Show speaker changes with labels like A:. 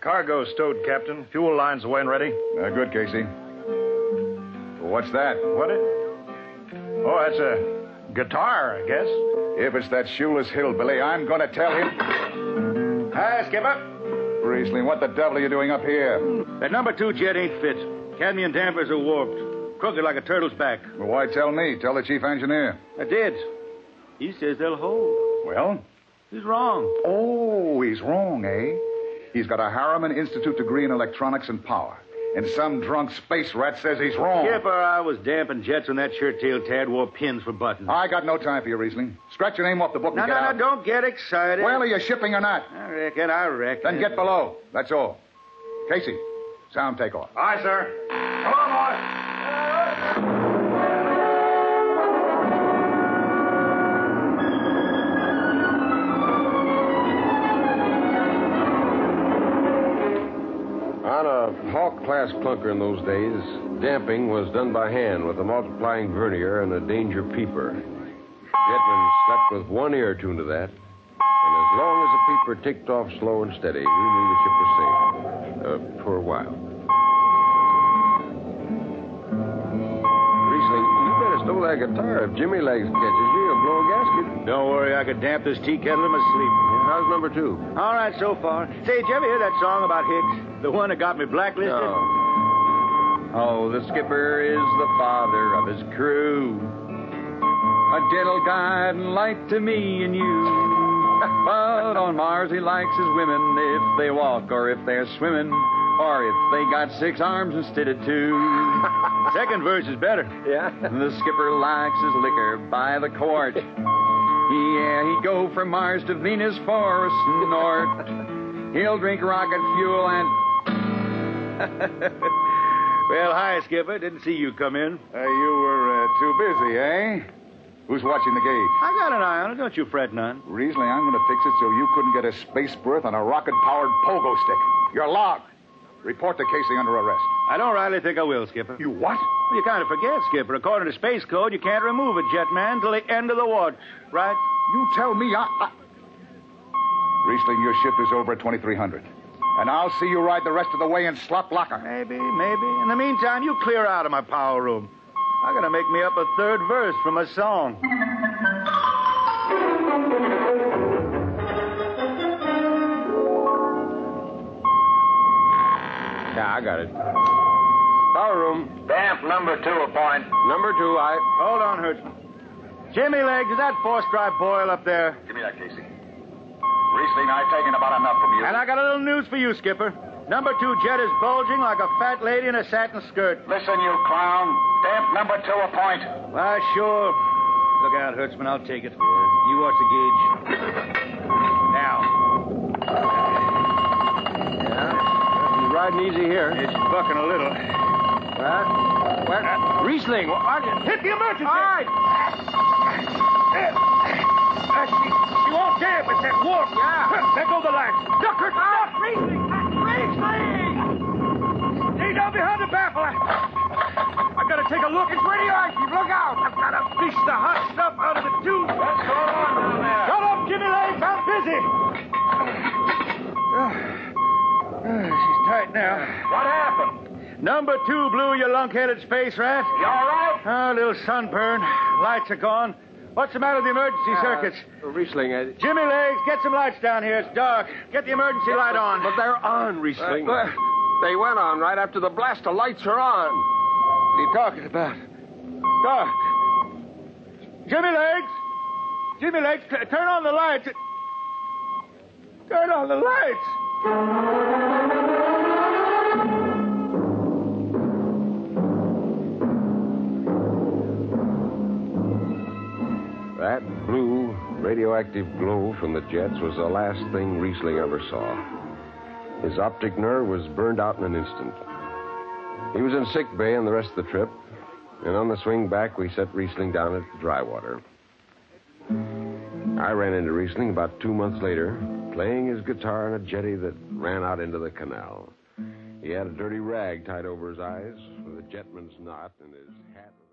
A: Cargo stowed, Captain. Fuel lines away and ready.
B: Uh, good, Casey. What's that?
A: What it? Oh, that's a guitar, I guess.
B: If it's that shoeless hillbilly, I'm going to tell him.
A: Hi, Skipper.
B: Riesling, what the devil are you doing up here?
A: That number two jet ain't fit. Cadmium dampers are warped, crooked like a turtle's back.
B: Well, why tell me? Tell the chief engineer.
A: I did. He says they'll hold.
B: Well?
A: He's wrong.
B: Oh, he's wrong, eh? He's got a Harriman Institute degree in electronics and power. And some drunk space rat says he's wrong.
A: Skipper, I was damping jets when that shirt tail Tad wore pins for buttons.
B: I got no time for you, Riesling. Scratch your name off the book
A: No,
B: and
A: no,
B: get
A: no,
B: out.
A: don't Oh, get excited.
B: Well, are you shipping or not?
A: I reckon, I reckon.
B: Then get below. That's all. Casey, sound takeoff.
A: Aye, sir. Come on, boy.
C: On a Hawk class clunker in those days, damping was done by hand with a multiplying vernier and a danger peeper. Jetman slept with one ear tuned to that, and as long as the peeper ticked off slow and steady, we knew the ship was safe. Uh, for a while. Riesling, you better stow that guitar. If Jimmy Legs catches you, you'll blow a gasket.
A: Don't worry, I could damp this tea kettle in my
C: How's number two?
A: sleep. All right, so far. Say, did you ever hear that song about Hicks? The one that got me blacklisted?
C: Oh. the skipper is the father of his crew. A gentle guide and light to me and you. But on Mars, he likes his women if they walk or if they're swimming or if they got six arms instead of two.
A: Second verse is better.
C: the skipper likes his liquor by the quart. Yeah, he'd go from Mars to Venus for a snort. He'll drink rocket fuel and
A: Well, hi, Skipper. Didn't see you come in.
B: Uh, you were uh, too busy, eh? Who's watching the gauge?
A: I got an eye on it. Don't you fret none.
B: Riesling, I'm going to fix it so you couldn't get a space berth on a rocket-powered pogo stick. You're logged. Report to Casey under arrest.
A: I don't really think I will, Skipper.
B: You what?
A: You kind of forget, Skipper. According to Space Code, you can't remove a jetman till the end of the watch, right?
B: You tell me I... I... Riesling, your shift is over at 2300. And I'll see you ride the rest of the way in slot locker.
A: Maybe, maybe. In the meantime, you clear out of my power room. I gotta make me up a third verse from a song.
C: Yeah, I got it. Power room.
D: Damp number two a point.
C: Number two, I.
A: Hold on, Hertzman. Jimmy Legs, is that four-stripe boil up there?
D: Give me that, Casey. Riesling, I've taken about enough from you.
A: And I got a little news for you, Skipper. Number two jet is bulging like a fat lady in a satin skirt.
D: Listen, you clown. Damp number two a point.
A: Why, sure. Look out, Hertzman. I'll take it. You watch the gauge. Now.
C: He's riding easy here.
A: It's bucking a little.
C: What? What? Riesling. Well, I just...
A: Hit the emergency! All right. she, she won't dare, but that warp. Yeah. Let go the latch. Duck her. Stop. Riesling. Riesling. Stay down behind the baffle. I, I've got to take a look. It's radioactive. Look out. I've got to fish the hot stuff out of the tube. What's going on down there? Shut up, Jimmy Legs. I'm busy. Ah. She's tight now.
D: What happened?
A: Number two blew you lunk-headed space rat.
D: You all right?
A: Oh, little sunburn. Lights are gone. What's the matter with the emergency circuits?
C: Riesling. eh? I...
A: Jimmy Legs, get some lights down here. It's dark. Get the emergency light on.
C: But they're on, Riesling. Uh, they went on right after the blast. The lights are on. What are you talking about?
A: Dark. Jimmy Legs! Jimmy Legs, t- turn on the lights. Turn on the lights!
C: That blue, radioactive glow from the jets was the last thing Riesling ever saw. His optic nerve was burned out in an instant. He was in sick bay on the rest of the trip, and on the swing back, we set Riesling down at Drywater. I ran into Riesling about two months later, playing his guitar on a jetty that ran out into the canal. He had a dirty rag tied over his eyes, with a jetman's knot, and his